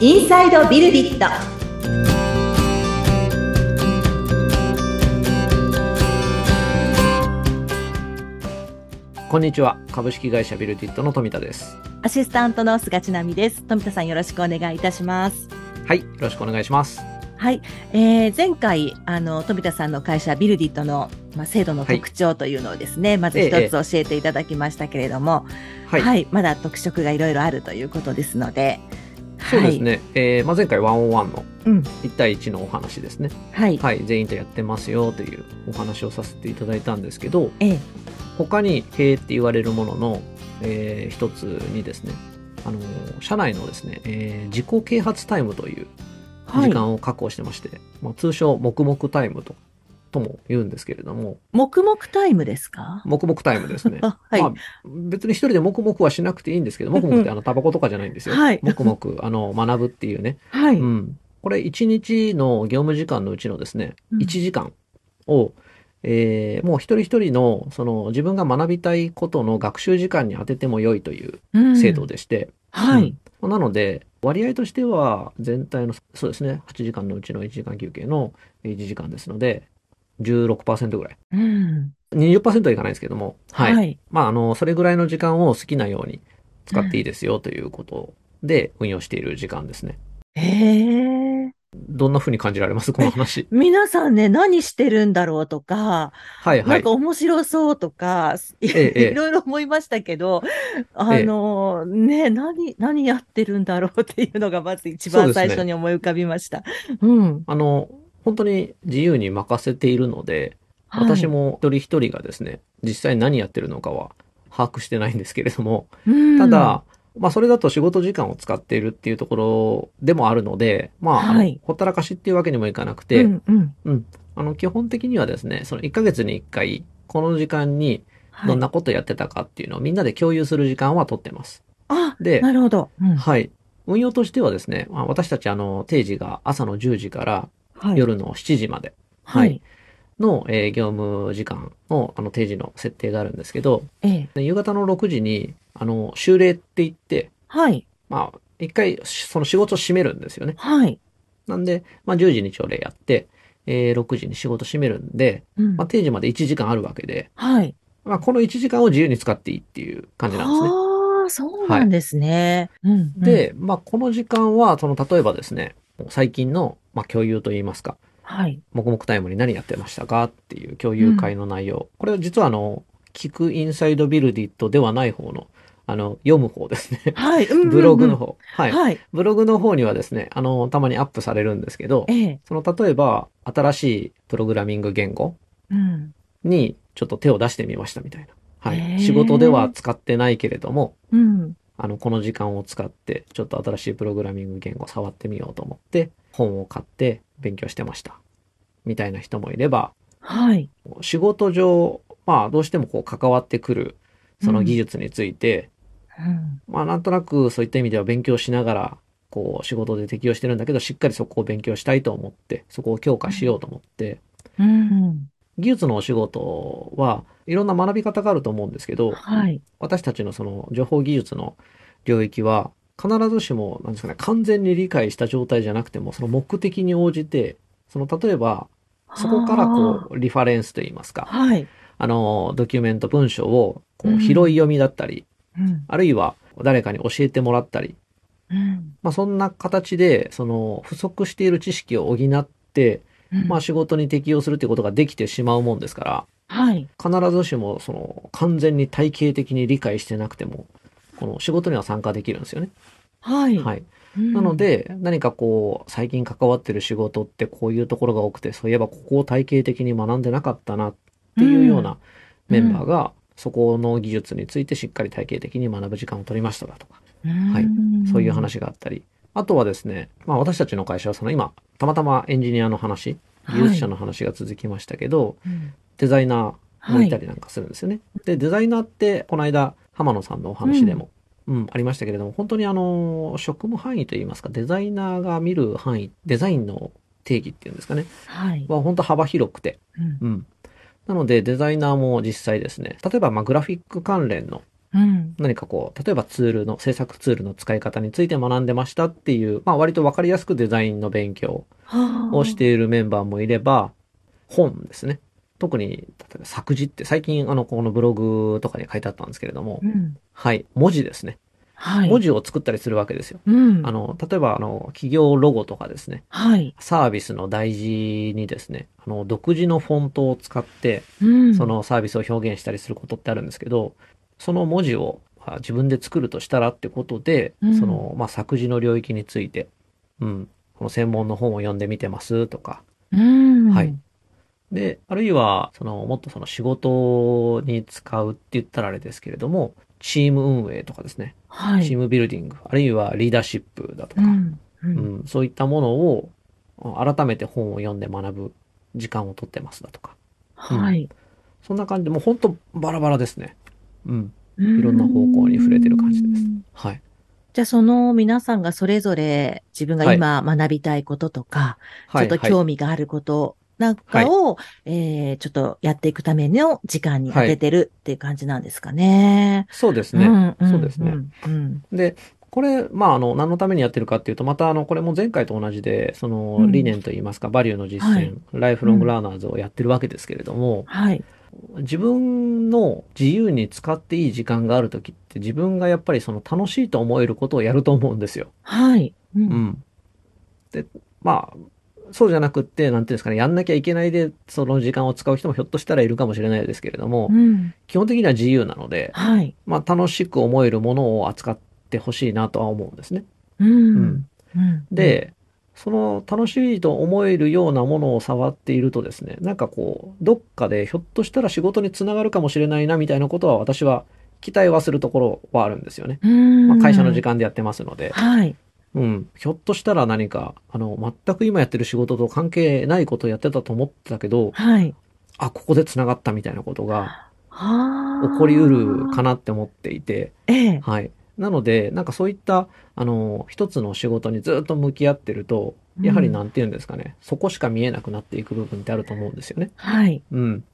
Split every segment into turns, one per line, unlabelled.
インサイドビルディット
こんにちは株式会社ビルディットの富田です
アシスタントの菅千奈美です富田さんよろしくお願いいたします
はいよろしくお願いします
はい、えー、前回あの富田さんの会社ビルディットの、まあ、制度の特徴というのをですね、まず一
ええ
つ教えていただきましたけれども、
は、
はいい、まだ特色がいろいろあるということですので
そうですね、えーまあ、前回ワンオンワンの
はい、うん
1対1のお話ですね
はい、
はい全員とやってますよというお話をさせていただいたんですけど
ええ
他に「へーって言われるものの、えー一つにですねあの社内のですね、えー自己啓発タイムという
は
時
い、
間を確保してまして、まあ、通称黙々タイムととも言うんですけれども
黙々タイムですか
黙々タイムで すね
あはい、
まあ、別に一人で黙々はしなくていいんですけど、黙々ってあの、タバコとかじゃないんですよ。
はい
黙々、あの、学ぶっていうね。
は
う
い、
ん。これ、1日の業務時間のうちのですね、
うん
1時間を、えーもう一人一人の、その、自分が学びたいことの学習時間に当てても良いという
うん
制度でして、
は
う
い
ん、なので、割合としては、全体の、そうですね、8時間のうちの1時間休憩の1時間ですので、16%ぐらい。
うん、
20%はいかないですけども、はい。
はい、
まあ、あの、それぐらいの時間を好きなように使っていいですよということで運用している時間ですね。
ええ
どんな風に感じられますこの話。
皆さんね、何してるんだろうとか、
はいは
なん
い
か。面白そうとか、い
ええ
いろいろ思いましたけど、あの、ね、何、何やってるんだろうっていうのがまず一
そ
番
うです
最
ね
初に思い浮かびました。うん。
あの、本当に自由に任せているので、
はい
私、も一人一人がですね、実際何やってるのかは把握してないんですけれども、
うん
た、だ、まあそれだと仕事時間を使っているっていうところでもあるので、まああの、
はい
ほったらかしっていうわけにもいかなくて、
うん、うん。
あの基本的にはですね、その1ヶ月に1回、この時間に
は
どん
い。
なことやってたかっていうのをみんなで共有する時間は取ってます。
あ、
で、
なるほど。うん
はい。運用としてはですね、まあ、私たちあの、定時が朝の10時から
はい。
夜の7時まで
は
はいい。の、えー業務時間のあの定時の設定があるんですけど、
ええ。
で夕方の6時に、あの、終礼って言って、
はい。
まあ、一回しその仕事を閉めるんですよね。
はい。
なんで、まあ10時に朝礼やって、えー6時に仕事閉めるんで、
うん
まあ定時まで1時間あるわけで、
はい。
まあこの1時間を自由に使っていいっていう感じなんですね。
ああ、そうなんですね。うん、うん、
で、まあ、この時間は、その、例えばですね、最近の、まあ、共有といいますか、
はい。
黙々タイムに何やってましたかっていう共有会の内容。これは実は、あの、聞くインサイドビルディットではない方の、あの、読む方ですね。
はい。うんうんうん
ブログの方。はい。
はい。
ブログの方にはですね、あの、たまにアップされるんですけど、
ええ。
その、例えば、新しいプログラミング言語
うん。
に、ちょっと手を出してみましたみたいな。は
へー
い。仕事では使ってないけれども、
うん。
あの、この時間を使って、ちょっと新しいプログラミング言語を触ってみようと思って、本を買って勉強してました。みたいな人もいれば、
はい。
仕事上、まあ、どうしてもこう関わってくる、その技術について、
うん。
まあ、なんとなくそういった意味では勉強しながら、こう、仕事で適用してるんだけど、しっかりそこを勉強したいと思って、そこを強化しようと思って、
うん。
技術のお仕事はいろんな学び方があると思うんですけど、
はい。
私たちのその情報技術の領域は必ずしもなんですかね完全に理解した状態じゃなくてもその目的に応じてその例えばそこからこうリファレンスといいます
あ
か
ー。はい。
あのドキュメント文章をこ
うん
う拾い読みだったり、
うん。
あるいは誰かに教えてもらったり、
うん。
まあ、そんな形でその不足している知識を補って、まあ、仕事に適用するということができてしまうもんですから
はい。
必ずしもその完全に体系的に理解してなくてもこの仕事には参加できるんですよね。
はい。
はい、
うん
なの、で何かこう最近関わってる仕事ってこういうところが多くてそういえばここを体系的に学んでなかったなっていうようなメンバーがそこの技術についてしっかり体系的に学ぶ時間を取りましただとかはい
うん
そういう。話があったりあとはですね、まあ、私たちの会社はその今たまたまエンジニアの話技術者の話が続きましたけど、
はい。うん
デザイナー
は
も
い
いたりなんかするんですよね。で、デザイナーって、この間、浜野さんのお話でも、うん、ありましたけれども、本当にあの、職務範囲といいますか、デザイナーが見る範囲、デザインの定義っていうんですかね、
はい。
は本当幅広くて、
うん
うん。なので、デザイナーも実際ですね、例えば、まあ、グラフィック関連の
うん。
何かこう、例えばツールの、制作ツールの使い方について学んでましたっていう、まあ割とわかりやすくデザインの勉強
はあ
をし。ているメンバーもいれば、本ですね。特に、例えば作詞って最近あの、このブログとかに書いてあったんですけれども
う、ん。
はい、文字ですね。
はい。
文字を作ったりするわけですよ。
うん。
あの、例えばあの、企業ロゴとかですね、
はい。
サービスの大事にですね、あの、独自のフォントを使って、
うん。
そ、のサービスを表現したりすることってあるんですけど、その文字をあ自分で作るとしたらってことで、
うん
その、まあ、作字の領域について、うん、この専門の本を読んでみてますとか、
うん。
はい。で、あるいは、その、もっとその仕事に使うって言ったらあれですけれども、チーム運営とかですね、
はい。
チームビルディング、あるいはリーダーシップだと
う
か、
ん。う。
うんん、そういったものを、あ改めて本を読んで学ぶ時間をとってますだとか、
はい。
そんな感じで、もう本当バラバラですね。うん。
い
ろんな方向に触れてる感じです。はい。
じゃあ、その皆さんがそれぞれ自分が今学びたいこととか、
はい。
ちょっと
はい
興味があることなんかを、えーちょっとやっていくための時間に当ててるっていう感じなんですかね。
そうですね。
んん
そうですね
んうん
で、これ、まあ、あの、何のためにやってるかっていうと、また、あの、これも前回と同じで、その
う、ん
理念といいますか、バリューの実践、
はい
ライフロングラーナーズをやってるわけですけれども、
はい。
自分の自由に使っていい時間があるときって、自分がやっぱりその楽しいと思えることをやると思うんですよ。
はい。うん
うん。で、まあ、そうじゃなくって、なんていうんですかね、やんなきゃいけないで、その時間を使う人もひょっとしたらいるかもしれないですけれども、
うん
基本的には自由なので、
はい。
まあ、楽しく思えるものを扱ってほしいなとは思うんですね。
うん。うん、
で、その楽しいと思えるようなものを触っているとですね、なんかこう、どっかでひょっとしたら仕事につながるかもしれないなみたいなことは私は期待はするところはあるんですよね。
うん、
まあ、会社の時間でやってますので、
はい。
うん、ひょっとしたら何か、あの、全く今やってる仕事と関係ないことをやってたと思ってたけど、
はい。
あ、ここでつながったみたいなことが
は
起こりうるかなって思っていて、
ええ。
はい。なので、なんかそういった、あの、一つの仕事にずっと向き合ってると、
うん
やはりなんて言うんですかね、そこしか見えなくなっていく部分ってあると思うんですよね。
はい。
うん。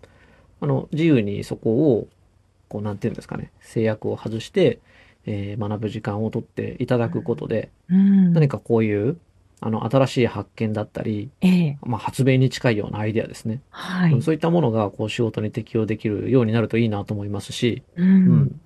あの、自由にそこを、こう、なんて言うんですかね、制約を外して、えー学ぶ時間を取っていただくことで、
うん、
何かこういう、あの、新しい発見だったり、
ええ。
まあ、発明に近いようなアイデアですね。
は
うん
い。
そういったものが、こう、仕事に適用できるようになるといいなと思いますし、
う。
うんん。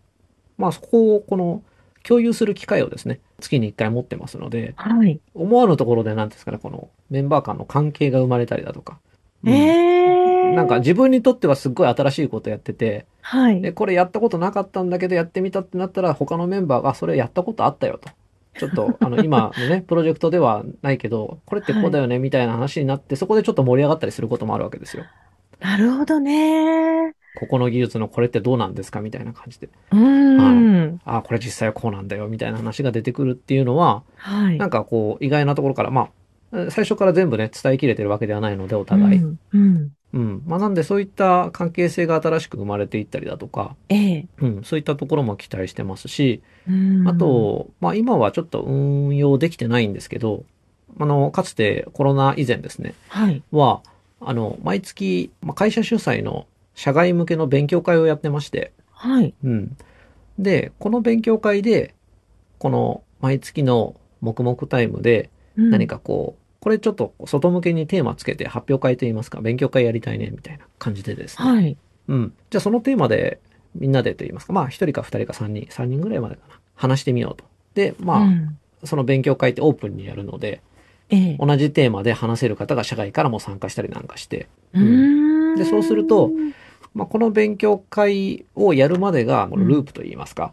まあそこをこの共有する機会をですね、月に1回持ってますので、
はい。
思わぬところで何ですかね、このメンバー間の関係が生まれたりだとか、うん
ええ。
なんか、自分にとってはすっごい新しいことやってて、
はい。
で、これやったことなかったんだけどやってみたってなったら他のメンバーが、あそれやったことあったよと。ちょっと、あの、今のね、プロジェクトではないけど、これってこうだよね、みたいな話になって、そこでちょっと盛り上がったりすることもあるわけですよ。
なるほどね。
ここの技術のこれってどうなんですかみたいな感じで。
うん。
あ、これ実際はこうなんだよ、みたいな話が出てくるっていうのは、
はい。
なん
か、
かこう、意外なところから、まあ、えー最初から全部ね、伝えきれてるわけではないので、お互い。うん。
うん。うん
まあ、なんでそういった関係性が新しく生まれていったりだとか、
ええ。
うん、そういったところも期待してますし、
うん
あ、と、まあ、今はちょっと運用できてないんですけど、あの、かつてコロナ以前ですね、
はい。
は、あの、毎月、まあ、会社主催の社外向けの勉強会をやってまして、
はい。
うん。で、この勉強会で、この毎月の黙々タイムで、何
か。
かこう、これちょっと外向けにテーマつけて発表会といいますか、勉強会やりたいね、みたいな感じでですね。
はい。
うん。じゃあそのテーマで、みんなでと言いますか、まあ一人か二人か三人、三人ぐらいまでかな、話してみようと。で、まあ、
うん
その勉強会ってオープンにやるので、
ええ。
同じテーマで話せる方が社外からも参加したりなんかして、
うん
でそうすると、まあこの勉強会をやるまでが、このループと言いますか、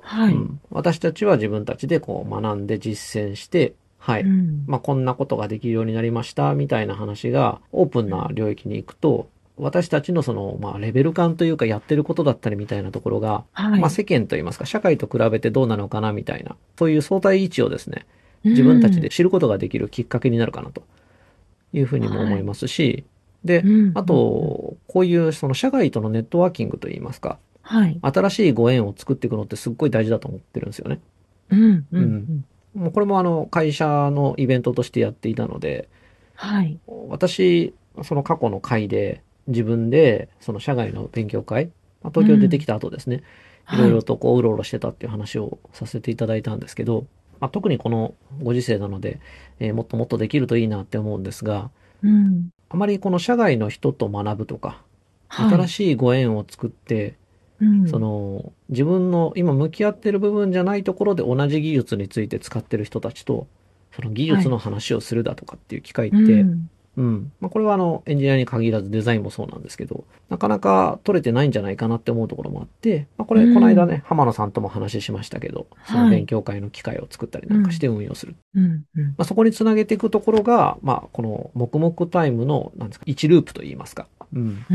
はい。
うん私たちは自分たちでこう学んで実践して、はい。
うん
まあ、こんなことができるようになりました、みたいな話が、オープンな領域に行くと、私たちのその、まあ、レベル感というか、やってることだったりみたいなところが、
はい。
まあ、世間といいますか、社会と比べてどうなのかな、みたいな、そういう相対位置をですね、自分たちで知ることができるきっかけになるかな、というふうにも思いますし、で
う、ん、
あと、こういう、その、社外とのネットワーキングといいますか、
はい。
新しいご縁を作っていくのってすっごい大事だと思ってるんですよね。
うん。う
うん
ん。
もうこれもあの会社のイベントとしてやっていたので、
はい。
私、その過去の会で自分でその社外の勉強会、まあ東京出てきた後ですね、いろいろとこう、うろうろしてたっていう話をさせていただいたんですけど、まあ、特にこのご時世なので、えーもっともっとできるといいなって思うんですが、
うん。
あまりこの社外の人と学ぶとか、
はい。
新しいご縁を作って、
うん
そ、の、自分の今向き合ってる部分じゃないところで同じ技術について使ってる人たちと、その技術の話をするだとかっていう機会って、
うん
うん。まあ、これはあの、エンジニアに限らずデザインもそうなんですけど、なかなか取れてないんじゃないかなって思うところもあって、まあ、これ、
うん
この間ね、浜野さんとも話しましたけど、そ
は
の
い
勉強会の機会を作ったりなんかして運用する。
うん。うん
まあ、そこにつなげていくところが、まあ、この、黙々タイムの、なんですか、1ループといいますか。うん。
うー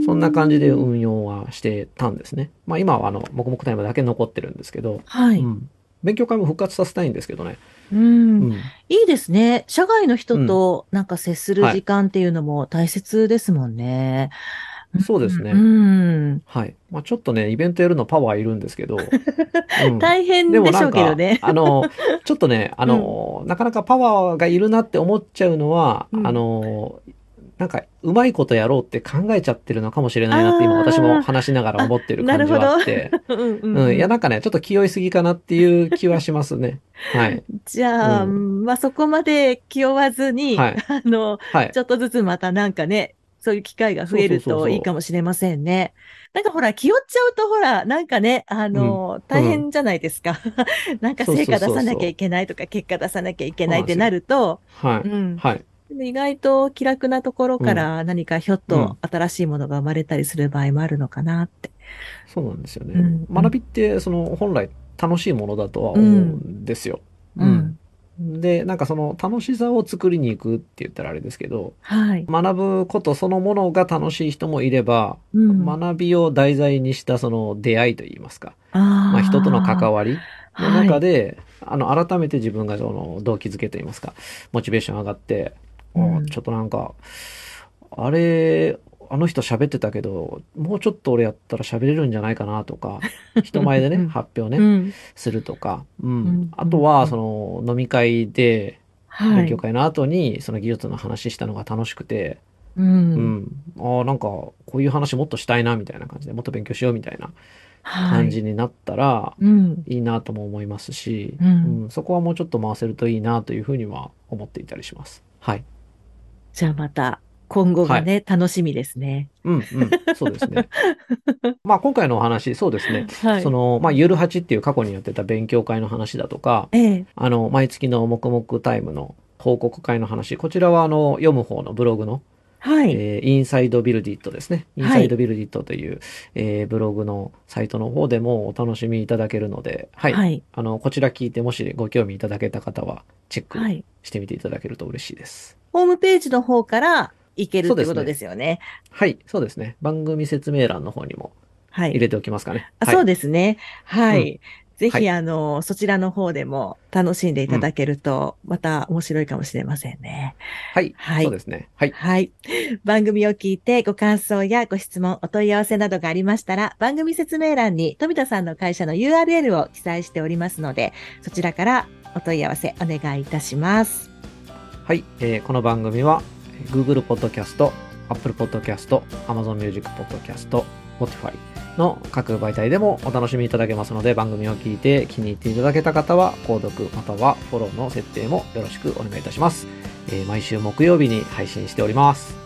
ん。
そんな感じで運用はしてたんですね。まあ、今はあの、黙々タイムだけ残ってるんですけど、。
はいう
ん。勉強会も復活させたいんですけどね。
う。
うんん。
いいですね。社外の人となんか接する時間っていうのも大切ですもんね。
そうですね。
うん。
はい。まあ、ちょっとね、イベントやるのパワーいるんですけど、うん
大変
でも
でし
な
ょ
ん
うけ
か
どね、。
あの、ちょっとね、あの、なかなかパワーがいるなって思っちゃうのは、
うん
あの、なんか、うまいことやろうって考えちゃってるのかもしれないなって今私も話しながら思ってる感じはあって。
うんう
うん、いや、なんかね、ちょっと気負いすぎかなっていう気はしますね。 はい。
じゃあ、
う
まあそこまで気負わずに、
はい
あの、
はい
ち。ょっとずつまたなんかね、そういう機会が増える
そうそうそう
と
そう
いいかもしれませんね。なんかほら、気負っちゃうとほら、なんかね、あの、大変じゃないですか。 なんか
そうそう
成
そう
果
そう
出さなきゃいけないとか、結果出さなきゃいけないってなると、
は
う
い。
ん。
はい。
でも意外と気楽なところから何かひょっと新しいものが生まれたりする場合もあるのかなって。
そうなんですよね。
うん
学びって、その、本来楽しいものだとは思うんですよ。
うん。
で、なんかその楽しさを作りに行くって言ったらあれですけど、
はい。
学ぶことそのものが楽しい人もいれば、
うん
学びを題材にしたその出会いといいますか、
ま
まあ、人との関わりの中
で、
で、あの、改めて自分がその動機づけといいますか、モチベーション上がって、
うん
あちょっとなんか、あれ、あの人喋ってたけど、もうちょっと俺やったら喋れるんじゃないかな とか、人前で
う
ね、
ん
発表
はい、う
ね、
ん。
するとか、う
うん
ん。あとは、その、飲み会で、
は
勉
い
強。会の後にその技術の話したのが楽しくて、
う。
うんん、ああなんかこういう話もっとしたいなみたいな感じでもっと勉強しようみたいな
は
感
い。
じになったら
うん。
いいなとも思いますし、
うん
そこはもうちょっと回せるといいなというふうには思っていたりします。はい。
じゃあまた、今後がね、楽しみですね。
うんうん、そうです ね。まあ今回のお話、そうですね。
は
その、まあ、ゆる8っていう過去にやってた勉強会の話だとか、
ええ。
あの、毎月の黙々タイムの報告会の話、こちらはあの、読む方のブログの
はい。
えーインサイドビルディットですね。イ
は
ン
い
サイドビルディットという、えーブログのサイトの方でもお楽しみいただけるので、はい。
はい。
あの、こちら聞いてもしご興味いただけた方は、チェック
はい。
してみていただけると嬉しいです。
ホームページの方から行ける
そ
っ
う
て
ですね
ことですよね。
はい。そうですね。番組説明欄の方にも
は
入
い。
れておきますかね。
あ、
はい。
そうですね。は
う
い。ぜ
はい
ひ、あの、そちらの方でも楽しんでいただけると、また面白いかもしれませんね。
はい。
はい
そうですね。はい。
はい。番組を聞いてご感想やご質問、お問い合わせなどがありましたら、番組説明欄に富田さんの会社の URL を記載しておりますので、そちらからお問い合わせお願いいたします。
はい。えーこの番組は、えー Google Podcast、Apple Podcast、Amazon Music Podcast、Spotify の各媒体でもお楽しみいただけますので、番組を聞いて気に入っていただけた方は、購読またはフォローの設定もよろしくお願いいたします。えー毎週木曜日に配信しております。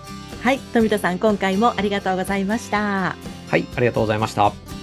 はい。富田さん、今回もありがとうございました。
はい。ありがとうございました。